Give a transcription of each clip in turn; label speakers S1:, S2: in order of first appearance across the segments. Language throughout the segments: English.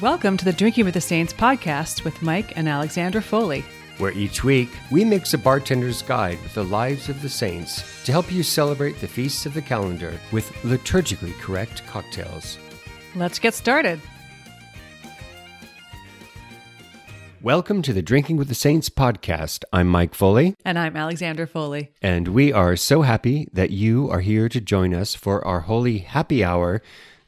S1: Welcome to the Drinking with the Saints podcast with Mike and Alexandra Foley.
S2: where each week we mix a bartender's guide with the lives of the saints to help you celebrate the feasts of the calendar with liturgically correct cocktails.
S1: Let's get started.
S2: Welcome to the Drinking with the Saints podcast. I'm Mike Foley,
S1: And I'm Alexandra Foley.
S2: and we are so happy that you are here to join us for our holy happy hour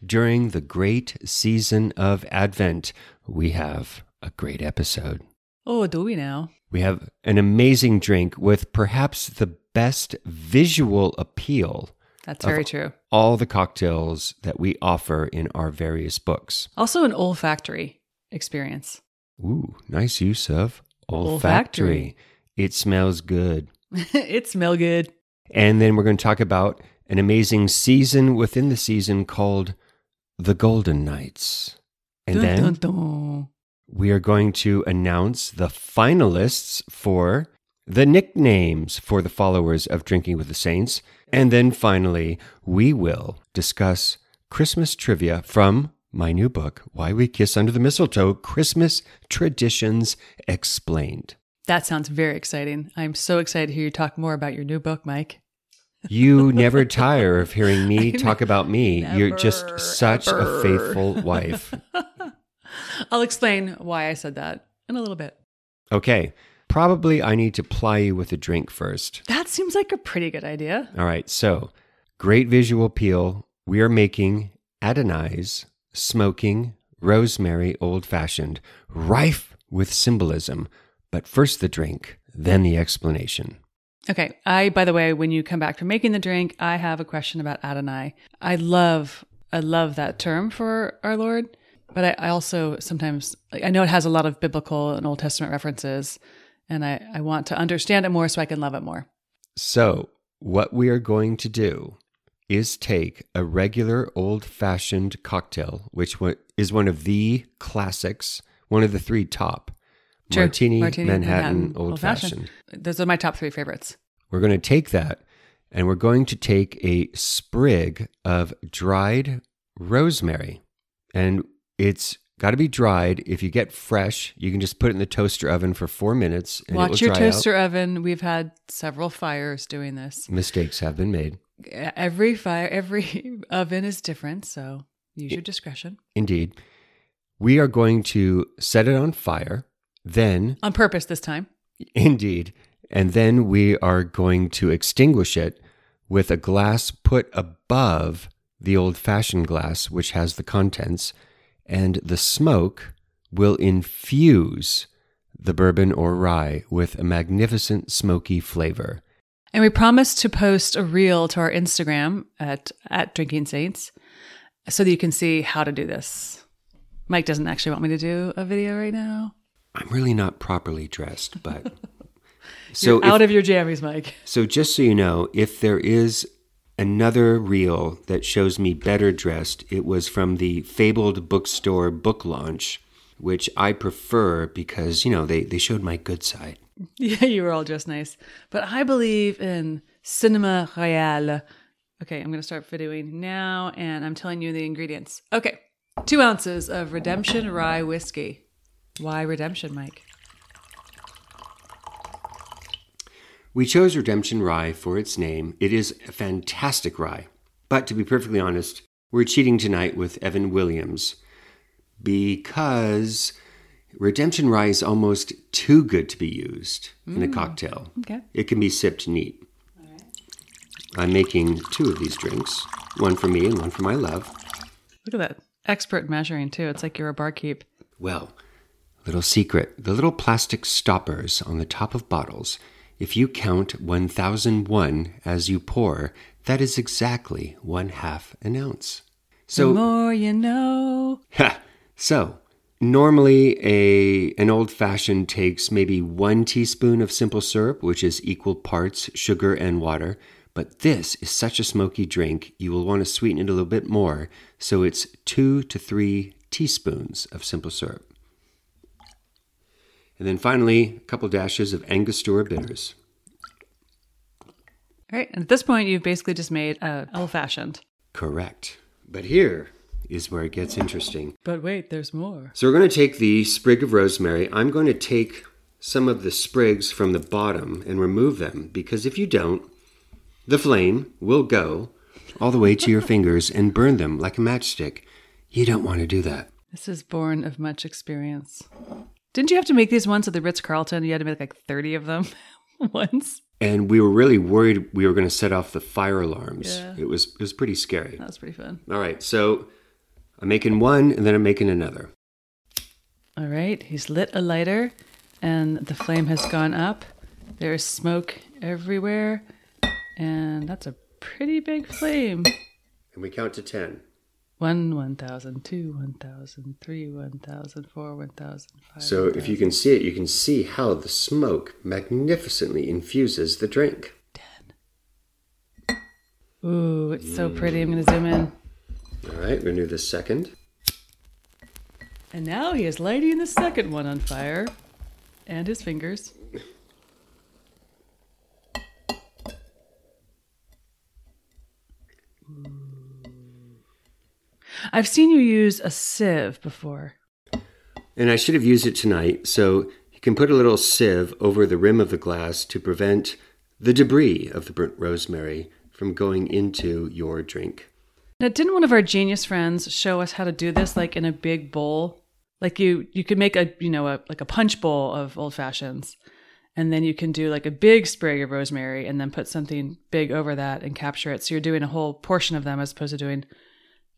S2: during the great season of Advent. We have a great episode.
S1: Oh, do we now?
S2: We have an amazing drink with perhaps the best visual appeal
S1: That's
S2: Of-
S1: very true.
S2: all the cocktails that we offer in our various books.
S1: Also, an olfactory experience.
S2: Ooh, nice use of olfactory.
S1: Olfactory.
S2: It smells good.
S1: it smell good.
S2: And then we're going to talk about an amazing season within the season called The Golden Knights. And
S1: Dun,
S2: then
S1: dun, dun.
S2: we are going to announce the finalists for the nicknames for the followers of Drinking with the Saints. And then finally, we will discuss Christmas trivia from my new book, Why We Kiss Under the Mistletoe Christmas Traditions Explained.
S1: That sounds very exciting. I'm so excited to hear you talk more about your new book, Mike.
S2: You never tire of hearing me talk about me. You're
S1: Never,
S2: just such
S1: ever.
S2: a faithful wife.
S1: I'll explain why I said that in a little bit.
S2: Okay, probably I need to ply you with a drink first.
S1: That seems like a pretty good idea.
S2: All right. So, great visual appeal. We are making Adonai's smoking rosemary old fashioned, rife with symbolism. But first the drink, then the explanation.
S1: Okay. I, by the way, when you come back from making the drink, I have a question about Adonai. I love, I love that term for our Lord, but I, I also sometimes, like, I know it has a lot of biblical and Old Testament references, and I, I want to understand it more so I can love it more.
S2: So, what we are going to do is take a regular old fashioned cocktail, which wa- is one of the classics, one of the three top
S1: True.
S2: martini,
S1: Martini,
S2: Manhattan,
S1: Manhattan,
S2: old
S1: old-fashioned.
S2: fashioned.
S1: Those are my top three favorites.
S2: We're going to take that and we're going to take a sprig of dried rosemary. And it's got to be dried. If you get fresh, you can just put it in the toaster oven for four minutes. And it will
S1: Watch your
S2: dry out.
S1: toaster oven. We've had several fires doing this.
S2: Mistakes have been made.
S1: Every fire, every oven is different, so use your discretion
S2: Indeed. We are going to set it on fire. Then
S1: on purpose this time.
S2: Indeed. And then we are going to extinguish it with a glass put above the old fashioned glass, which has the contents, and the smoke will infuse the bourbon or rye with a magnificent smoky flavor.
S1: And we promise to post a reel to our Instagram at at Drinking Saints, so that you can see how to do this. Mike doesn't actually want me to do a video right now.
S2: I'm really not properly dressed, but.
S1: So
S2: if-
S1: out of your jammies, Mike.
S2: So, just so you know, if there is another reel that shows me better dressed, it was from the fabled bookstore book launch, which I prefer because, you know, they, they showed my good side.
S1: Yeah, you were all just nice, but I believe in cinema real. Okay, I'm gonna start videoing now, and I'm telling you the ingredients. Okay, two ounces of Redemption Rye whiskey. Why Redemption, Mike?
S2: We chose Redemption Rye for its name. It is a fantastic rye. But to be perfectly honest, we're cheating tonight with Evan Williams because Redemption Rye is almost too good to be used in a cocktail.
S1: Okay.
S2: It can be sipped neat. I'm making two of these drinks, one for me and one for my love.
S1: Look at that expert measuring too. It's like you're a barkeep.
S2: Well, little secret the little plastic stoppers on the top of bottles, if you count 1001 as you pour, that is exactly one half an ounce.
S1: the
S2: So,
S1: more you know.
S2: ha, so normally a an old fashioned takes maybe 1 teaspoon of simple syrup, which is equal parts sugar and water, but this is such a smoky drink, you will want to sweeten it a little bit more, so it's 2 to 3 teaspoons of simple syrup. And then finally, a couple dashes of Angostura bitters.
S1: All right. And at this point, you've basically just made a old fashioned.
S2: Correct. But here is where it gets interesting.
S1: But wait, there's more.
S2: So we're going to take the sprig of rosemary. I'm going to take some of the sprigs from the bottom and remove them because if you don't, the flame will go all the way to your fingers and burn them like a matchstick. You don't want to do that.
S1: This is born of much experience. Didn't you have to make these once at the Ritz Carlton? You had to make like 30 of them once.
S2: And we were really worried we were going to set off the fire alarms.
S1: Yeah. Oh.
S2: It was it was pretty scary.
S1: That was pretty fun.
S2: All right, so I'm making one and then I'm making another.
S1: All right, he's lit a lighter and the flame has gone up. There's smoke everywhere. And that's a pretty big flame.
S2: And we count to 10.
S1: One, one thousand, two, one thousand, three, one thousand, four, one thousand, five.
S2: So if you can see it, you can see how the smoke magnificently infuses the drink.
S1: Ooh, it's so pretty. I'm going to zoom in.
S2: All right, we're going to do the second.
S1: And now he is lighting the second one on fire. And his fingers. I've seen you use a sieve before.
S2: And I should have used it tonight. So you can put a little sieve over the rim of the glass to prevent the debris of the burnt rosemary from going into your drink.
S1: Now, didn't one of our genius friends show us how to do this, like in a big bowl? Like you, you could make a, you know, a like a punch bowl of old fashions, and then you can do like a big sprig of rosemary, and then put something big over that and capture it. So you're doing a whole portion of them as opposed to doing,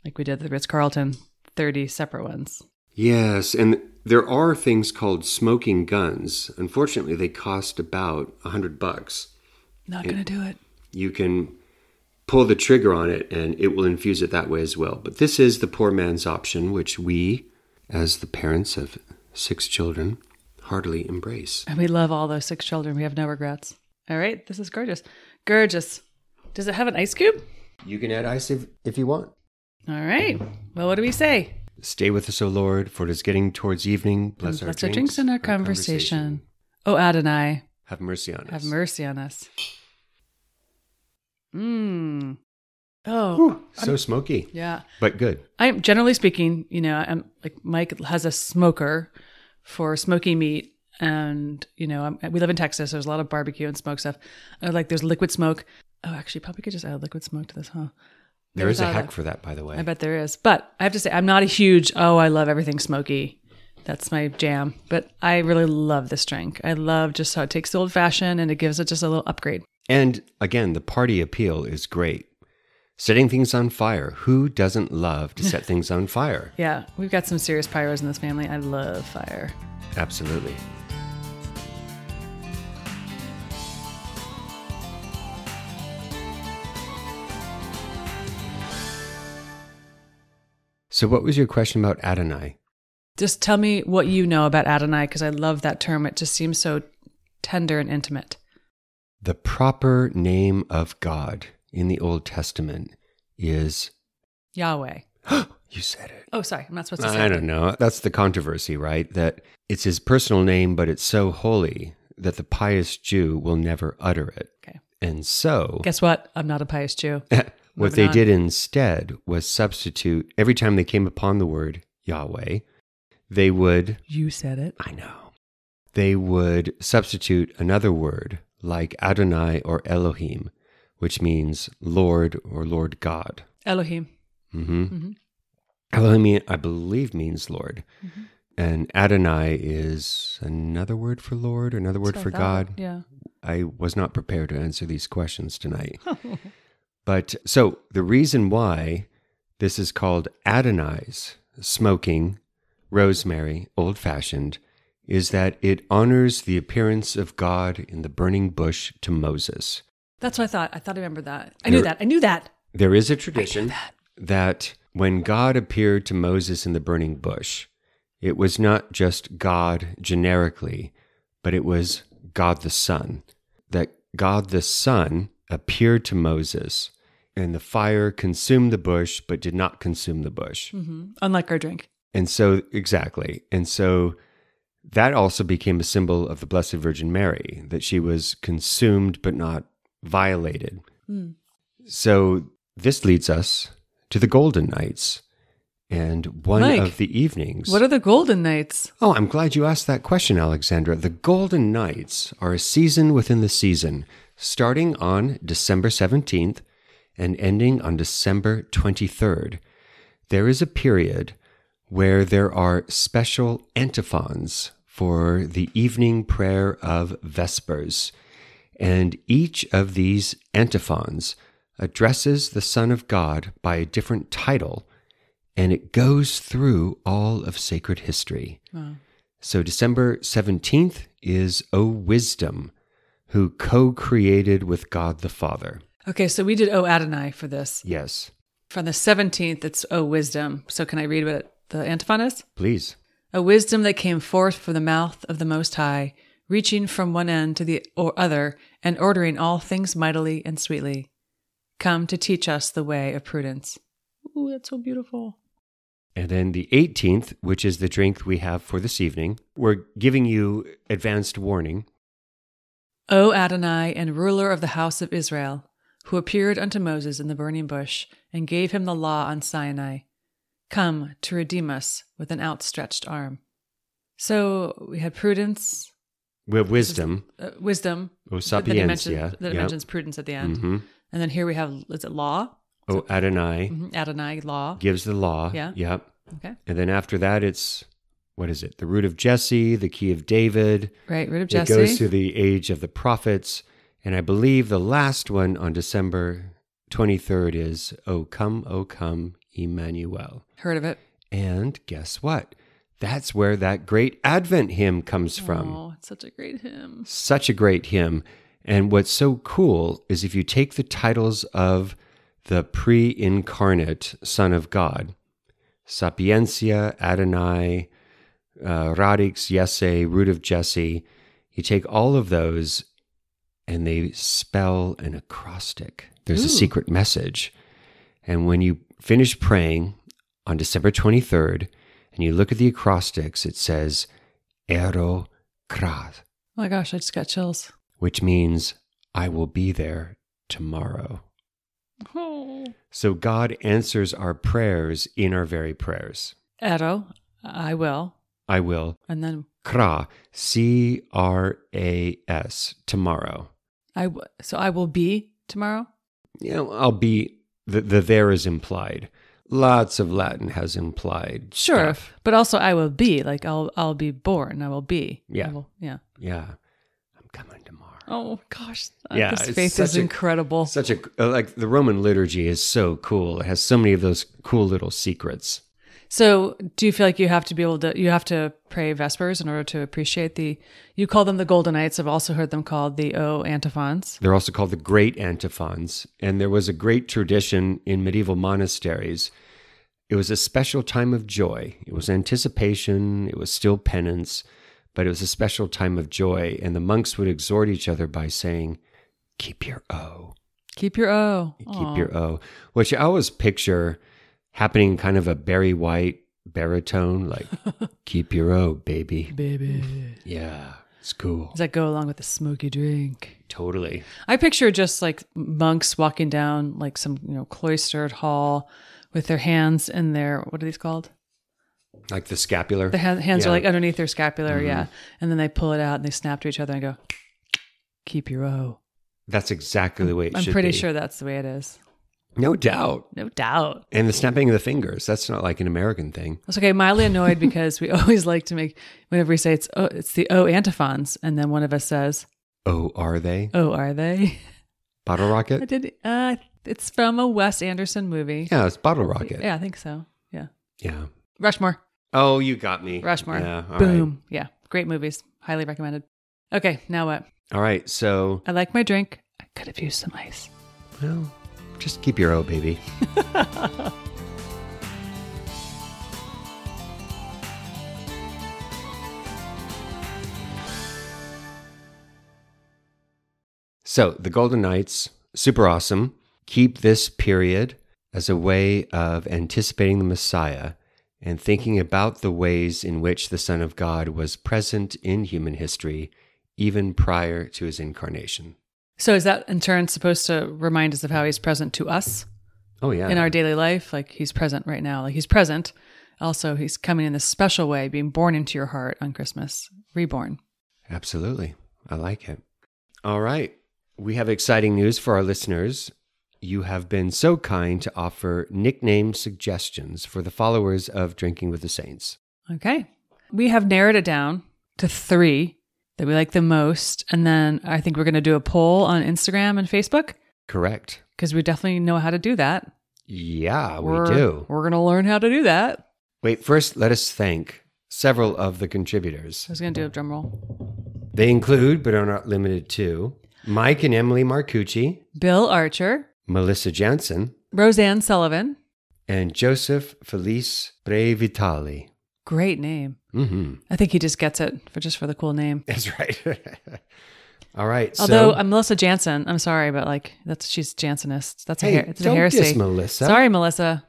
S1: like we did the Ritz Carlton, thirty separate ones.
S2: Yes, and there are things called smoking guns. Unfortunately, they cost about a hundred bucks.
S1: Not gonna do it.
S2: you can pull the trigger on it and it will infuse it that way as well. But this is the poor man's option, which we, as the parents of six children, heartily embrace.
S1: And we love all those six children. We have no regrets. All right, this is gorgeous, gorgeous. Does it have an ice cube?
S2: You can add ice if, if you want.
S1: All right. Well, what do we say?
S2: Stay with us, O Lord, for it is getting towards evening. Bless,
S1: Bless our drinks and our conversation. Oh, Adonai.
S2: Have mercy on us.
S1: Have mercy on us. Mmm. Oh,
S2: Whew, so smoky,
S1: yeah.
S2: but good.
S1: I'm generally speaking, you know, I'm like Mike has a smoker for smoky meat, and you know, I'm, we live in Texas. so there's a lot of barbecue and smoke stuff. I like there's liquid smoke. Oh, actually, probably could just add liquid smoke to this, huh?
S2: There
S1: Never
S2: is a
S1: thought of
S2: hack
S1: that.
S2: for that, by the way.
S1: I bet there is. But I have to say, I'm not a huge, oh, I love everything smoky. That's my jam. But I really love this drink. I love just how it takes the old fashioned and it gives it just a little upgrade.
S2: And again, the party appeal is great. Setting things on fire. Who doesn't love to set things on fire?
S1: Yeah, we've got some serious pyros in this family. I love fire.
S2: Absolutely. So, what was your question about Adonai?
S1: Just tell me what you know about Adonai because I love that term. It just seems so tender and intimate.
S2: The proper name of God in the Old Testament is.
S1: Yahweh.
S2: You said it.
S1: Oh, sorry. I'm not supposed to say
S2: I don't know. That's the controversy, right? That it's his personal name, but it's so holy that the pious Jew will never utter it.
S1: Okay.
S2: And so,
S1: Guess what? I'm not a pious Jew.
S2: what
S1: Moving
S2: they
S1: on.
S2: did instead was substitute every time they came upon the word Yahweh, they would,
S1: you said it.
S2: I know, they would substitute another word like Adonai or Elohim, which means Lord or Lord God.
S1: Elohim.
S2: hmm
S1: Mhm.
S2: Elohim, I believe, means Lord.
S1: Mm-hmm.
S2: And Adonai is another word for Lord, another word
S1: That's
S2: for
S1: what I
S2: God.
S1: thought. Yeah.
S2: I was not prepared to answer these questions tonight. but so the reason why this is called Adonai's smoking rosemary old fashioned is that it honors the appearance of God in the burning bush to Moses.
S1: That's what I thought. I thought I remembered that. I
S2: You're-
S1: knew that. I knew that.
S2: There is a tradition that. when God appeared to Moses in the burning bush, it was not just God generically, but it was God the Son. That God the Son appeared to Moses, and the fire consumed the bush, but did not consume the bush.
S1: Mhm. Unlike our drink.
S2: And so, exactly. And so that also became a symbol of the Blessed Virgin Mary, that she was consumed but not violated.
S1: Mm.
S2: So this leads us to the Golden Knights. And one
S1: Mike,
S2: of the evenings.
S1: What are the Golden Knights?
S2: Oh, I'm glad you asked that question, Alexandra. The Golden Knights are a season within the season, starting on December 17th and ending on December 23rd. There is a period where there are special antiphons for the evening prayer of Vespers. And each of these antiphons addresses the Son of God by a different title, and it goes through all of sacred history.
S1: Oh.
S2: So December 17th is O Wisdom, who co created with God the Father.
S1: Okay, so we did O Adonai for this.
S2: Yes,
S1: From the 17th, it's O Wisdom. So can I read what the antiphon is?
S2: please.
S1: A wisdom that came forth from the mouth of the Most High, reaching from one end to the or other, and ordering all things mightily and sweetly. Come to teach us the way of prudence. Ooh, that's so beautiful.
S2: And then the 18th, which is the drink we have for this evening, we're giving you advanced warning.
S1: O Adonai and ruler of the house of Israel, who appeared unto Moses in the burning bush and gave him the law on Sinai, come to redeem us with an outstretched arm. So we had prudence,
S2: We have wisdom.
S1: uh, wisdom,
S2: O
S1: that, that he mentioned-
S2: sapientia.
S1: that it
S2: Yeah.
S1: mentions prudence at the end.
S2: hmm
S1: And then here we have, is it law?
S2: O Oh, Adonai
S1: Mhm, Adonai, law.
S2: gives the law.
S1: Yeah.
S2: Yep.
S1: Okay.
S2: And then after that, it's what is it? The root of Jesse, the key of David.
S1: Right, root of
S2: It goes
S1: Jesse.
S2: through the age of the prophets. And I believe the last one on December 23rd is O come, O come, Emmanuel.
S1: Heard of it.
S2: And guess what? That's where that great Advent hymn comes from.
S1: Oh, it's such a great hymn.
S2: Such a great hymn. And what's so cool is if you take the titles of the pre incarnate Son of God, Sapientia, Adonai, uh, Radix, Yesse, Root of Jesse, you take all of those and they spell an acrostic. There's
S1: Ooh.
S2: a secret message. And when you finish praying on December 23rd and you look at the acrostics, it says, Ero Kras
S1: Oh my gosh, I just got chills.
S2: which means I will be there tomorrow.
S1: Oh.
S2: So God answers our prayers in our very prayers.
S1: Edo, I will.
S2: I will.
S1: And then
S2: Kra, C R A S, tomorrow.
S1: I w- so I will be tomorrow.
S2: You know, I'll be, the, the there is implied. Lots of Latin has implied.
S1: Sure,
S2: stuff.
S1: but also I will be like I'll I'll be born. I will be.
S2: Yeah.
S1: I will- yeah.
S2: Yeah. I'm coming tomorrow.
S1: Oh gosh,
S2: Yeah,
S1: this
S2: it's
S1: faith
S2: such
S1: is
S2: a-
S1: incredible.
S2: Such a, like, the Roman liturgy is so cool. It has so many of those cool little secrets.
S1: So, do you feel like you have to be able to you have to pray vespers in order to appreciate the? You call them the golden knights. I've also heard them called the O antiphons.
S2: They're also called the great antiphons. And there was a great tradition in medieval monasteries. It was a special time of joy. It was anticipation, it was still penance, but it was a special time of joy. And the monks would exhort each other by saying, Keep your O,
S1: Keep your O.
S2: keep
S1: Aw.
S2: your O, which I always picture happening in kind of a Barry White baritone, like, Keep your O, baby.
S1: baby.
S2: Yeah, it's cool.
S1: Does that go along with the smoky drink?
S2: Totally.
S1: I picture just like monks walking down like some you know cloistered hall with their hands in their what are these called?
S2: Like the scapular.
S1: The hand, hands are
S2: Yeah. Mm-hmm.
S1: like underneath their scapular, yeah. And then they pull it out and they snap to each other and go, "Keep your O."
S2: That's exactly the way it
S1: I'm
S2: should
S1: pretty
S2: be.
S1: sure that's the way it is.
S2: No doubt.
S1: No doubt.
S2: And the snapping of the fingers, that's not like an American thing.
S1: That's okay. Mildly annoyed because we always like to make whenever we say it's oh, it's the O antiphons, and then one of us says,
S2: Oh, are they?
S1: "Oh, are they?"
S2: Bottle
S1: I
S2: Rocket?
S1: did. Uh, it's from a Wes Anderson movie.
S2: Yeah, it's Bottle Rocket.
S1: yeah, I think so. Yeah,
S2: Yeah.
S1: Rushmore.
S2: Oh, you got me.
S1: Rushmore.
S2: Yeah. all
S1: Boom.
S2: right.
S1: Yeah. Great movies. Highly recommended. Okay. Now what?
S2: All right. So,
S1: I like my drink. I could have used some ice.
S2: well, just keep your O, baby. So the Golden Knights, super awesome. Keep this period as a way of anticipating the Messiah and thinking about the ways in which the Son of God was present in human history, even prior to his incarnation.
S1: So is that in turn supposed to remind us of how he's present to us
S2: Oh, yeah.
S1: in our daily life? Like he's present right now. Like he's present, Also, he's coming in this special way, being born into your heart on Christmas, reborn.
S2: Absolutely. I like it. All right. We have exciting news for our listeners. You have been so kind to offer nickname suggestions for the followers of Drinking with the Saints.
S1: Okay. We have narrowed it down to three that we like the most. And then I think we're going to do a poll on Instagram and Facebook
S2: Correct.
S1: because we definitely know how to do that.
S2: Yeah, we
S1: We're-
S2: do.
S1: We're going to learn how to do that.
S2: Wait, first, let us thank several of the contributors.
S1: I was going to do a drum roll.
S2: They include, but are not limited to, Mike and Emily Marcucci,
S1: Bill Archer,
S2: Melissa Jansen,
S1: Roseanne Sullivan.
S2: and Joseph Felice Brevitali.
S1: Great name.
S2: Mm-hmm.
S1: I think he just gets it for just for the cool name.
S2: That's right. All right.
S1: Although
S2: so,
S1: I'm Melissa Jansen, I'm sorry, but like that's she's Jansenist. That's a
S2: hey,
S1: hair, it's
S2: don't
S1: a heresy.
S2: diss Melissa.
S1: Sorry, Melissa.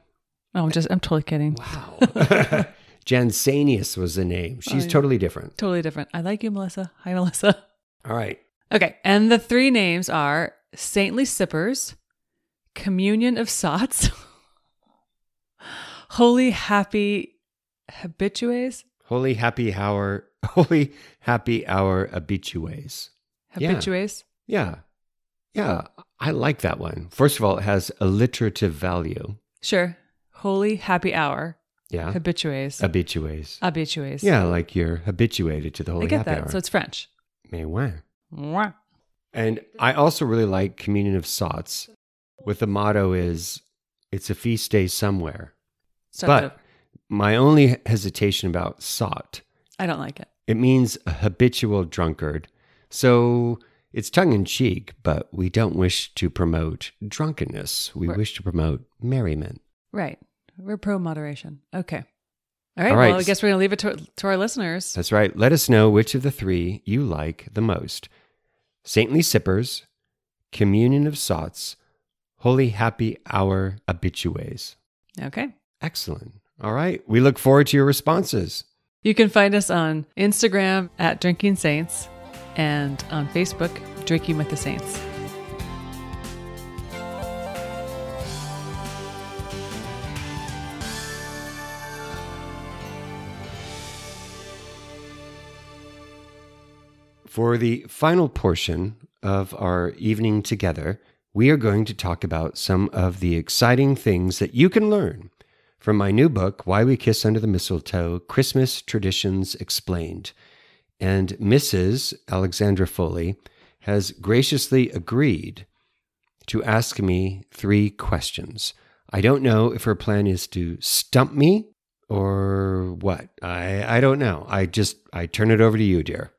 S1: No, I'm just I'm totally kidding.
S2: Wow. Jansenius was the name. She's
S1: Oh, yeah.
S2: totally different.
S1: Totally different. I like you, Melissa. Hi, Melissa.
S2: All right.
S1: Okay, and the three names are Saintly Sippers, Communion of Sots, Holy Happy Habitues,
S2: Holy happy hour. Holy happy hour habitues. Yeah.
S1: Habitues.
S2: Yeah. Yeah. I like that one. First of all, it has alliterative value.
S1: Sure. Holy Happy Hour,
S2: Yeah.
S1: Habitues,
S2: habitues.
S1: Habitues.
S2: Yeah, like you're habituated to the holy
S1: I get
S2: happy
S1: that.
S2: hour.
S1: So it's French.
S2: Mais ouais.
S1: Mwah.
S2: And I also really like Communion of Sots with the motto is it's a feast day somewhere.
S1: So
S2: But my only hesitation about sot,
S1: I don't like it.
S2: it means a habitual drunkard. So it's tongue in cheek, but we don't wish to promote drunkenness. We
S1: Right.
S2: wish to promote merriment.
S1: Right. We're pro moderation. Okay. All right.
S2: All right.
S1: Well, I guess we're going to leave it to, to our listeners.
S2: That's right. Let us know which of the three you like the most Saintly Sippers, Communion of Sots, Holy Happy Hour Habitues.
S1: Okay.
S2: Excellent. All right. We look forward to your responses.
S1: You can find us on Instagram at Drinking Saints and on Facebook, Drinking with the Saints.
S2: For the final portion of our evening together, we are going to talk about some of the exciting things that you can learn from my new book, Why We Kiss Under the Mistletoe Christmas Traditions Explained. And Mrs. Alexandra Foley has graciously agreed to ask me three questions. I don't know if her plan is to stump me or what. I, I don't know. I just, I turn it over to you, dear.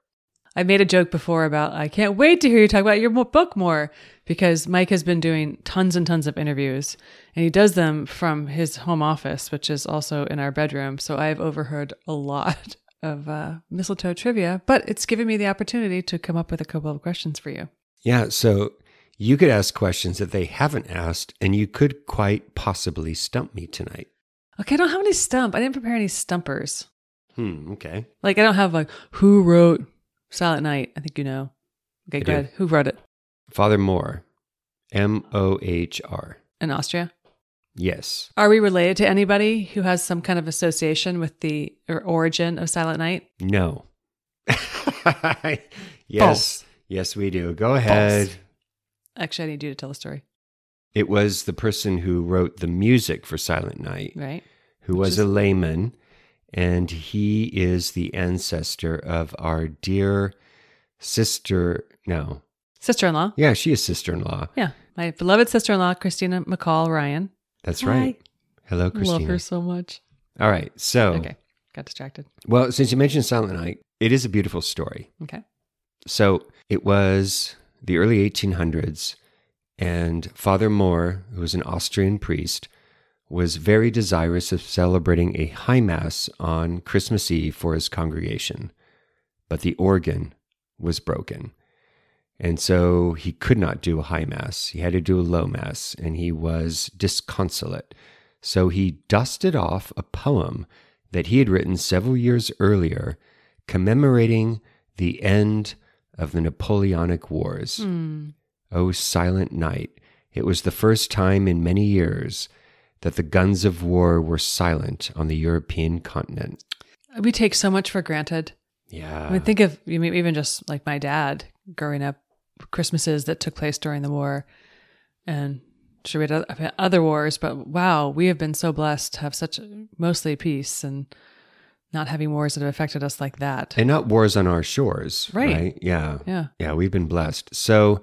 S1: I made a joke before about I can't wait to hear you talk about your mo- book more because Mike has been doing tons and tons of interviews and he does them from his home office, which is also in our bedroom. So I've overheard a lot of uh, mistletoe trivia, but it's given me the opportunity to come up with a couple of questions for you.
S2: Yeah, so you could ask questions that they haven't asked, and you could quite possibly stump me tonight.
S1: Okay, I don't have any stump. I didn't prepare any stumpers.
S2: Hmm, okay.
S1: Like I don't have like who wrote Silent Night. I think you know. Okay,
S2: I
S1: go
S2: do.
S1: ahead. Who wrote it
S2: Father Moore, M O H R.
S1: in Austria?
S2: Yes.
S1: Are we related to anybody who has some kind of association with the or origin of Silent Night?
S2: No. yes.
S1: False.
S2: Yes, we do. Go ahead.
S1: Actually, I need you to tell the story.
S2: It was the person who wrote the music for Silent Night,
S1: Right?
S2: who was
S1: Just-
S2: a layman, and he is the ancestor of our dear sister. No.
S1: Sister-in-law.
S2: Yeah, she is sister in law.
S1: Yeah, my beloved sister-in-law, Christina McCall Ryan.
S2: That's
S1: Hi.
S2: right. Hello,
S1: Love
S2: Christina. Oh.
S1: her so much.
S2: All right. So,
S1: Okay, got distracted.
S2: well, since you mentioned Silent Night, it is a beautiful story.
S1: Okay,
S2: So, it was the early 1800s, and Father Moore, who was an Austrian priest, was very desirous of celebrating a high mass on Christmas Eve for his congregation, but the organ was broken. And so he could not do a high mass. He had to do a low mass, and he was disconsolate. So he dusted off a poem that he had written several years earlier commemorating the end of the Napoleonic Wars.
S1: Hmm.
S2: O silent night, it was the first time in many years that the guns of war were silent on the European continent.
S1: We take so much for granted.
S2: Yeah.
S1: I mean, think of you mean, even just like my dad growing up, Christmases that took place during the war, and sure we had oth- I've had other wars, but wow, we have been so blessed to have such mostly peace and not having wars that have affected us like that.
S2: and not wars on our shores.
S1: Right.
S2: Yeah.
S1: yeah,
S2: Yeah, we've been blessed. So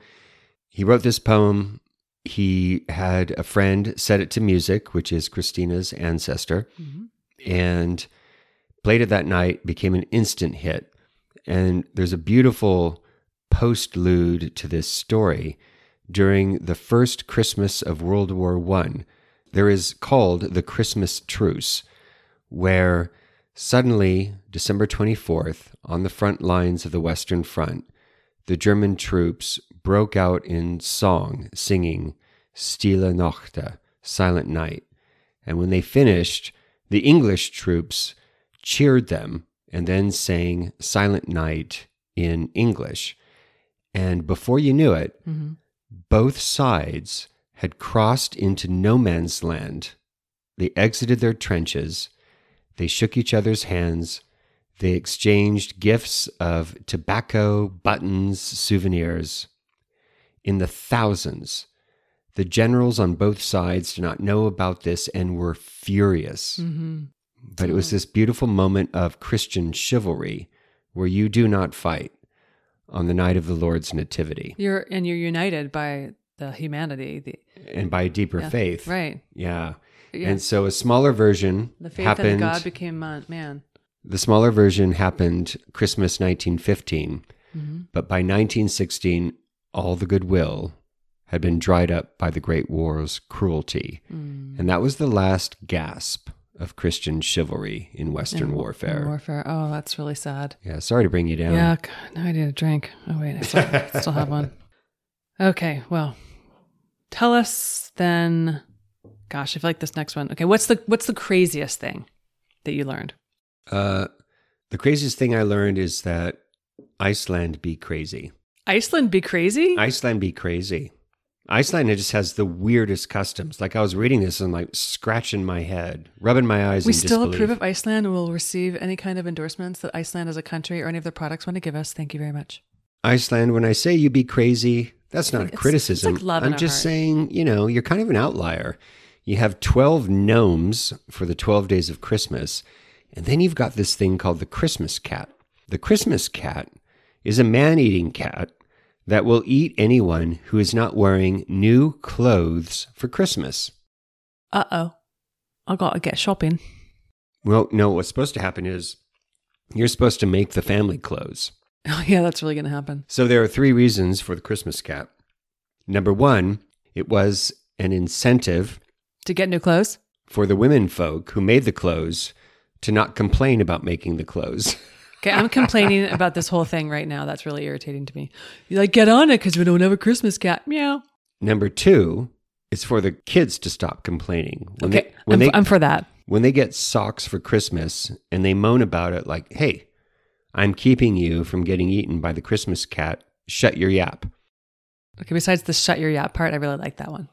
S2: he wrote this poem. He had a friend set it to music, which is Christina's ancestor,
S1: Mhm.
S2: and played it that night, became an instant hit. And there's a beautiful postlude to this story. During the first Christmas of World War One, there is called the Christmas Truce, where suddenly, December 24th, on the front lines of the Western Front, the German troops broke out in song, singing Stille Nacht, Silent Night. And when they finished, the English troops cheered them and then sang Silent Night in English. And before you knew it,
S1: Mhm.
S2: both sides had crossed into no man's land. They exited their trenches. They shook each other's hands. They exchanged gifts of tobacco, buttons, souvenirs. In the thousands, the generals on both sides did not know about this and were furious.
S1: Mhm.
S2: But it was this beautiful moment of Christian chivalry where you do not fight on the night of the Lord's Nativity
S1: you're and you're united by the humanity, the
S2: and by deeper
S1: Yeah.
S2: faith.
S1: right.
S2: Yeah.
S1: Yeah.
S2: And so a smaller version
S1: the faith
S2: happened.
S1: in God became mon- man.
S2: the smaller version happened Christmas 1915,
S1: Mhm.
S2: but by 1916, all the goodwill had been dried up by the Great War's cruelty.
S1: Mm.
S2: And that was the last gasp of Christian chivalry in Western
S1: And-
S2: warfare.
S1: and Warfare. Oh, that's really sad.
S2: yeah, sorry to bring you down.
S1: Yeah, God, now I need a drink. Oh wait, I still, still have one. Okay, well, tell us then. Gosh, I feel like this next one. Okay, what's the what's the craziest thing that you learned?
S2: Uh, the craziest thing I learned is that Iceland be crazy.
S1: Iceland be crazy?
S2: Iceland be crazy. Iceland it just has the weirdest customs. Like I was reading this and like scratching my head, rubbing my eyes.
S1: we
S2: in
S1: still
S2: disbelief.
S1: approve of Iceland and will receive any kind of endorsements that Iceland as a country or any of their products want to give us. Thank you very much.
S2: Iceland. When I say you be crazy, that's not
S1: It's-
S2: a
S1: it's
S2: criticism.
S1: like love in
S2: I'm
S1: our
S2: just
S1: heart.
S2: saying, you know, you're kind of an outlier. You have twelve gnomes for the twelve days of Christmas, and then you've got this thing called the Christmas cat. The Christmas cat is a man-eating cat that will eat anyone who is not wearing new clothes for Christmas.
S1: Uh oh, I gotta get shopping.
S2: Well, no, what's supposed to happen is you're supposed to make the family clothes.
S1: Oh yeah, that's really gonna happen.
S2: So there are three reasons for the Christmas cat. Number one, it was an incentive
S1: To get new clothes.
S2: for the women folk who made the clothes to not complain about making the clothes.
S1: Okay, I'm complaining about this whole thing right now. That's really irritating to me. You're like, get on it because we don't have a Christmas cat. Meow.
S2: Number two, it's for the kids to stop complaining. When
S1: okay,
S2: they, when
S1: I'm,
S2: they,
S1: I'm for that.
S2: when they get socks for Christmas and they moan about it, like, hey, I'm keeping you from getting eaten by the Christmas cat, shut your yap.
S1: Okay, besides the shut your yap part, I really like that one.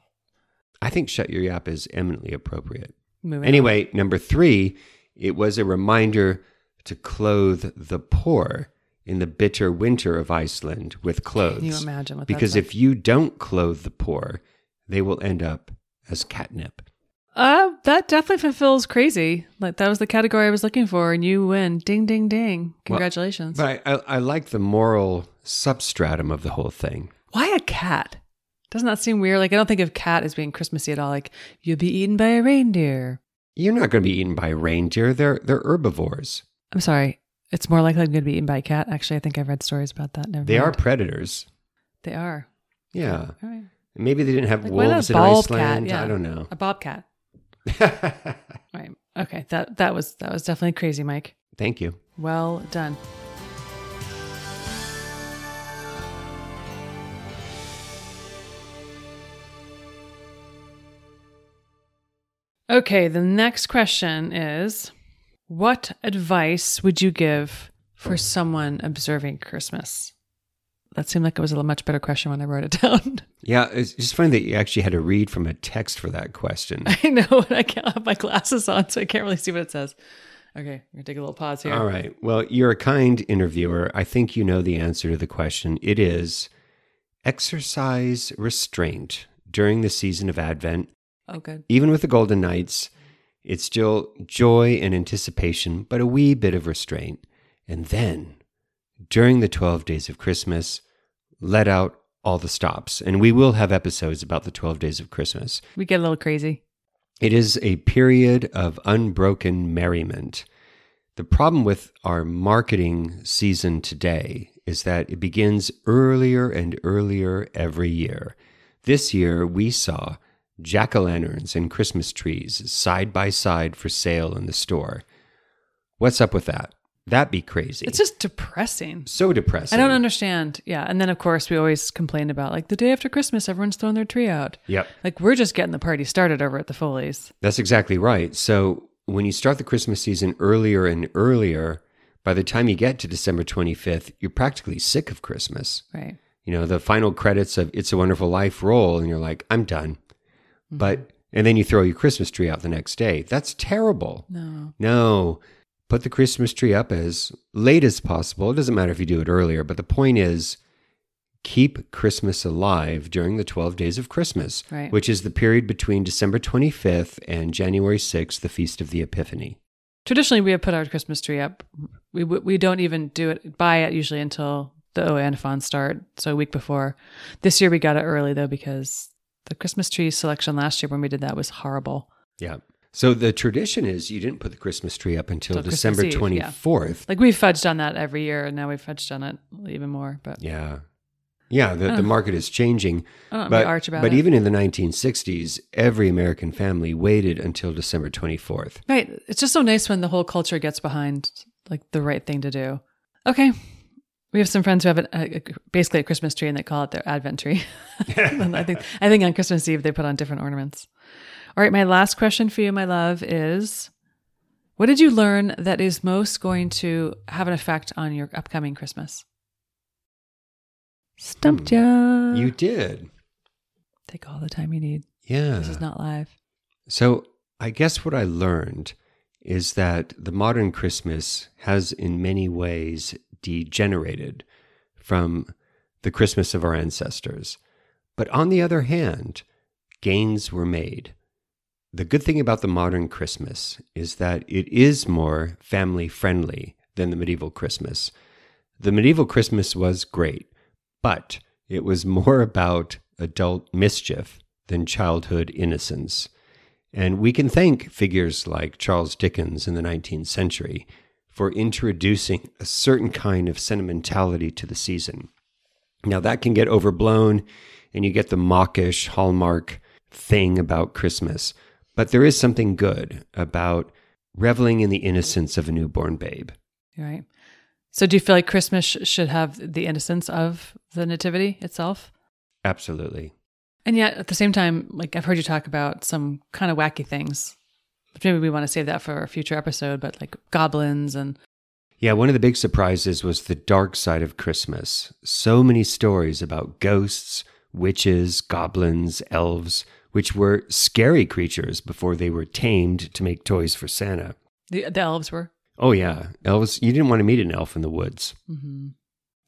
S2: I think shut your yap is eminently appropriate.
S1: Moving
S2: Anyway, number three, it was a reminder to clothe the poor in the bitter winter of Iceland with
S1: on. can you
S2: clothes.
S1: imagine what
S2: Because
S1: that's
S2: if you don't clothe the poor, they will end up as catnip.
S1: like. uh, that definitely fulfills crazy. Like that was the category I was looking for, and you win. Ding, ding, ding! Congratulations.
S2: But I, I, I like the moral substratum of the whole thing.
S1: Why a cat? Doesn't that seem weird? Like I don't think of cat as being Christmassy at all. Like you'll be eaten by a reindeer.
S2: You're not going to be eaten by a reindeer. They're they're herbivores.
S1: I'm sorry. It's more likely I'm going to be eaten by a cat. Actually, I think I've read stories about that. Never
S2: They are
S1: mind.
S2: predators.
S1: They are.
S2: Yeah.
S1: All right.
S2: Maybe they didn't have
S1: Like, why not
S2: wolves in
S1: bald
S2: Iceland.
S1: cat? Yeah.
S2: I don't know.
S1: A bobcat. Right. Okay. That that was that was definitely crazy, Mike.
S2: Thank you.
S1: Well done. Okay, the next question is what advice would you give for someone observing Christmas? that seemed like it was a much better question when I wrote it down.
S2: Yeah, it's just funny that you actually had to read from a text for that question.
S1: I know, and I can't have my glasses on, so I can't really see what it says. Okay, I'm gonna take a little pause here.
S2: All right. Well, you're a kind interviewer. I think you know the answer to the question. It is exercise restraint during the season of Advent.
S1: Oh, good.
S2: Even with the Golden Knights, it's still joy and anticipation, but a wee bit of restraint. And then during the 12 days of Christmas, let out all the stops. And we will have episodes about the 12 days of Christmas.
S1: We get a little crazy.
S2: It is a period of unbroken merriment. The problem with our marketing season today is that it begins earlier and earlier every year. This year, we saw jack o' lanterns and Christmas trees side by side for sale in the store. What's up with that? That'd be crazy.
S1: It's just depressing.
S2: so depressing.
S1: I don't understand. Yeah, and then of course we always complain about like the day after Christmas, everyone's throwing their tree out.
S2: Yep.
S1: Like we're just getting the party started over at the Foley's.
S2: That's exactly right. So when you start the Christmas season earlier and earlier, by the time you get to December 25th, you're practically sick of Christmas.
S1: Right.
S2: You know, the final credits of It's a Wonderful Life roll, and you're like, I'm done. But, and then you throw your Christmas tree out the next day. That's terrible.
S1: No.
S2: No, put the Christmas tree up as late as possible. It doesn't matter if you do it earlier, but the point is keep Christmas alive during the 12 days of Christmas,
S1: Right.
S2: which is the period between December 25th and January 6th, the Feast of the Epiphany.
S1: Traditionally we have put our Christmas tree up. We we we don't even do it buy it usually until the OANFON start, so a week before. This year we got it early though because the Christmas tree selection last year when we did that was horrible.
S2: Yeah. So the tradition is you didn't put the Christmas tree up until
S1: Till Christmas
S2: December
S1: Eve, yeah.
S2: 24th.
S1: Like we've fudged on that every year and now we've fudged on it even more. But
S2: Yeah. Yeah, the, the market is changing.
S1: I don't know,
S2: But,
S1: be arch about
S2: but e-
S1: it.
S2: even in the 1960s, every American family waited until December 24th.
S1: Right. It's just so nice when the whole culture gets behind like the right thing to do. Okay. We have some friends who have an, a, a- basically a Christmas tree and they call it their Advent tree. and I think I think on Christmas Eve they put on different ornaments. All right, my last question for you, my love, is what did you learn that is most going to have an effect on your upcoming Christmas? Stumped ya.
S2: Hmm. You did.
S1: take all the time you need.
S2: Yeah.
S1: This is not live.
S2: so I guess what I learned is that the modern Christmas has in many ways degenerated from the Christmas of our ancestors. But on the other hand, gains were made. The good thing about the modern Christmas is that it is more family friendly than the medieval Christmas. The medieval Christmas was great, but it was more about adult mischief than childhood innocence. And we can thank figures like Charles Dickens in the 19th century for introducing a certain kind of sentimentality to the season. Now, that can get overblown, and you get the mawkish hallmark thing about Christmas. But there is something good about reveling in the innocence of a newborn babe.
S1: You're right. So, do you feel like Christmas sh- should have the innocence of the nativity itself?
S2: Absolutely.
S1: And yet, at the same time, like I've heard you talk about some kind of wacky things. But Maybe we want to save that for a future episode, but like goblins and
S2: Yeah, one of the big surprises was the dark side of Christmas. So many stories about ghosts, witches, goblins, elves, which were scary creatures before they were tamed to make toys for Santa.
S1: the, the elves were.
S2: Oh, yeah, elves, you didn't want to meet an elf in the woods.
S1: hmm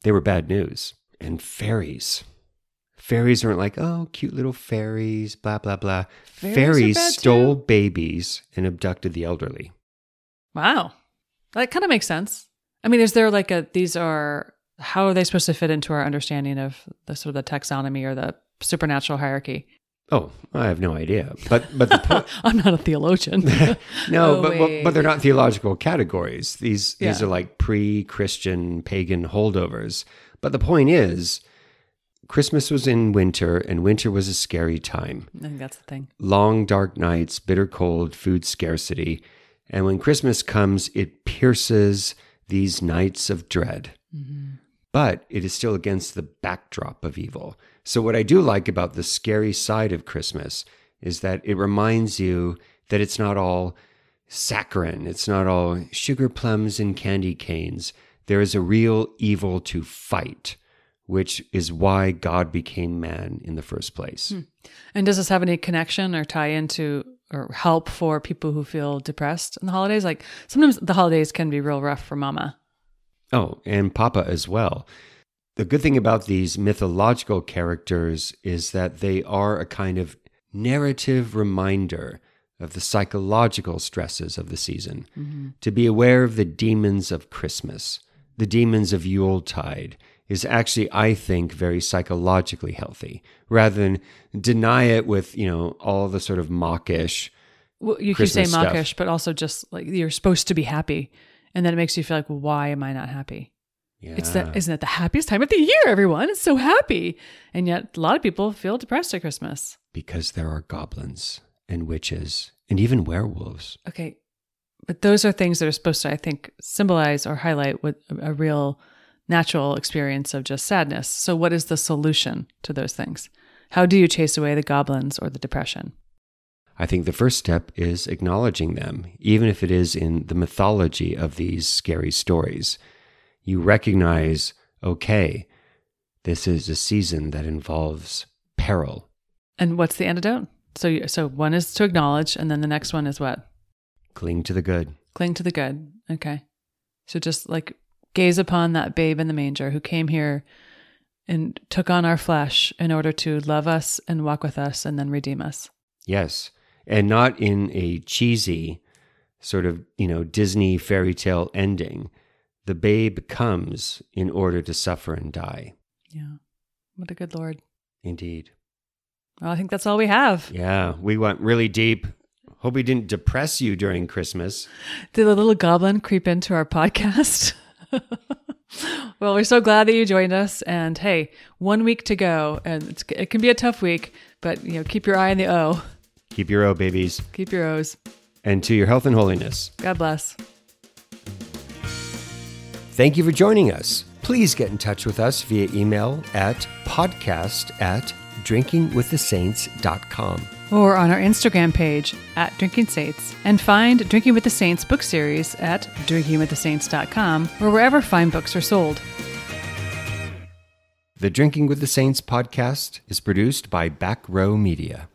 S2: They were bad news. And fairies. Fairies weren't like, oh, cute little fairies, blah, blah, blah.
S1: Fairies
S2: Fairies,
S1: are bad
S2: stole
S1: too?
S2: babies and abducted the elderly.
S1: Wow. That kind of makes sense. I mean, is there like a, these are, how are they supposed to fit into our understanding of the sort of the taxonomy or the supernatural hierarchy?
S2: Oh, I have no idea. But, but the point.
S1: I'm not a theologian.
S2: No,
S1: Oh,
S2: but, but but they're
S1: wait.
S2: not theological categories. These these
S1: Yeah.
S2: are like pre-Christian pagan holdovers. But the point is, Christmas was in winter, and winter was a scary time.
S1: I think that's the thing.
S2: Long dark nights, bitter cold, food scarcity, and when Christmas comes, it pierces these nights of dread. But it is still against the backdrop of evil. So what I do like about the scary side of Christmas is that it reminds you that it's not all saccharine. It's not all sugar plums and candy canes. There is a real evil to fight, which is why God became man in the first place.
S1: And does this have any connection or tie into or help for people who feel depressed in the holidays? Like sometimes the holidays can be real rough for mama.
S2: Oh, and Papa as well. The good thing about these mythological characters is that they are a kind of narrative reminder of the psychological stresses of the season,
S1: Mm-hmm.
S2: to be aware of the demons of Christmas, the demons of Yuletide. Is actually, I think, very psychologically healthy rather than deny it with, you know, all the sort of mawkish,
S1: Well, you keep
S2: Christmas
S1: saying
S2: stuff.
S1: mawkish, but also just like you're supposed to be happy, and then it makes you feel like, well, why am I not happy?
S2: yeah,
S1: It's the isn't it the happiest time of the year? Everyone is so happy, and yet a lot of people feel depressed at Christmas.
S2: because there are goblins and witches and even werewolves.
S1: Okay, but those are things that are supposed to, I think, symbolize or highlight what a a real natural experience of just sadness. So, what is the solution to those things? How do you chase away the goblins or the depression?
S2: I think the first step is acknowledging them, even if it is in the mythology of these scary stories. You recognize, okay, this is a season that involves peril.
S1: And what's the antidote? So, you, so one is to acknowledge, and then the next one is what?
S2: Cling to the good.
S1: Cling to the good. Okay. So just like gaze upon that babe in the manger who came here and took on our flesh in order to love us and walk with us and then redeem us.
S2: Yes. And not in a cheesy sort of, you know, Disney fairy tale ending. The babe comes in order to suffer and die.
S1: Yeah. What a good Lord.
S2: Indeed.
S1: Well, I think that's all we have.
S2: Yeah, we went really deep. Hope we didn't depress you during Christmas.
S1: Did a little goblin creep into our podcast? well, we're so glad that you joined us. And hey, one week to go, and it's, it can be a tough week, but you know, keep your eye on the O,
S2: Keep your O, babies.
S1: keep your O's.
S2: And to your health and holiness.
S1: God bless.
S2: Thank you for joining us. Please get in touch with us via email at podcast at drinkingwiththesaints.com.
S1: or on our Instagram page at Drinking Saints, and find Drinking with the Saints book series at drinkingwiththesaints.com or wherever fine books are sold.
S2: The Drinking with the Saints podcast is produced by Back Row Media.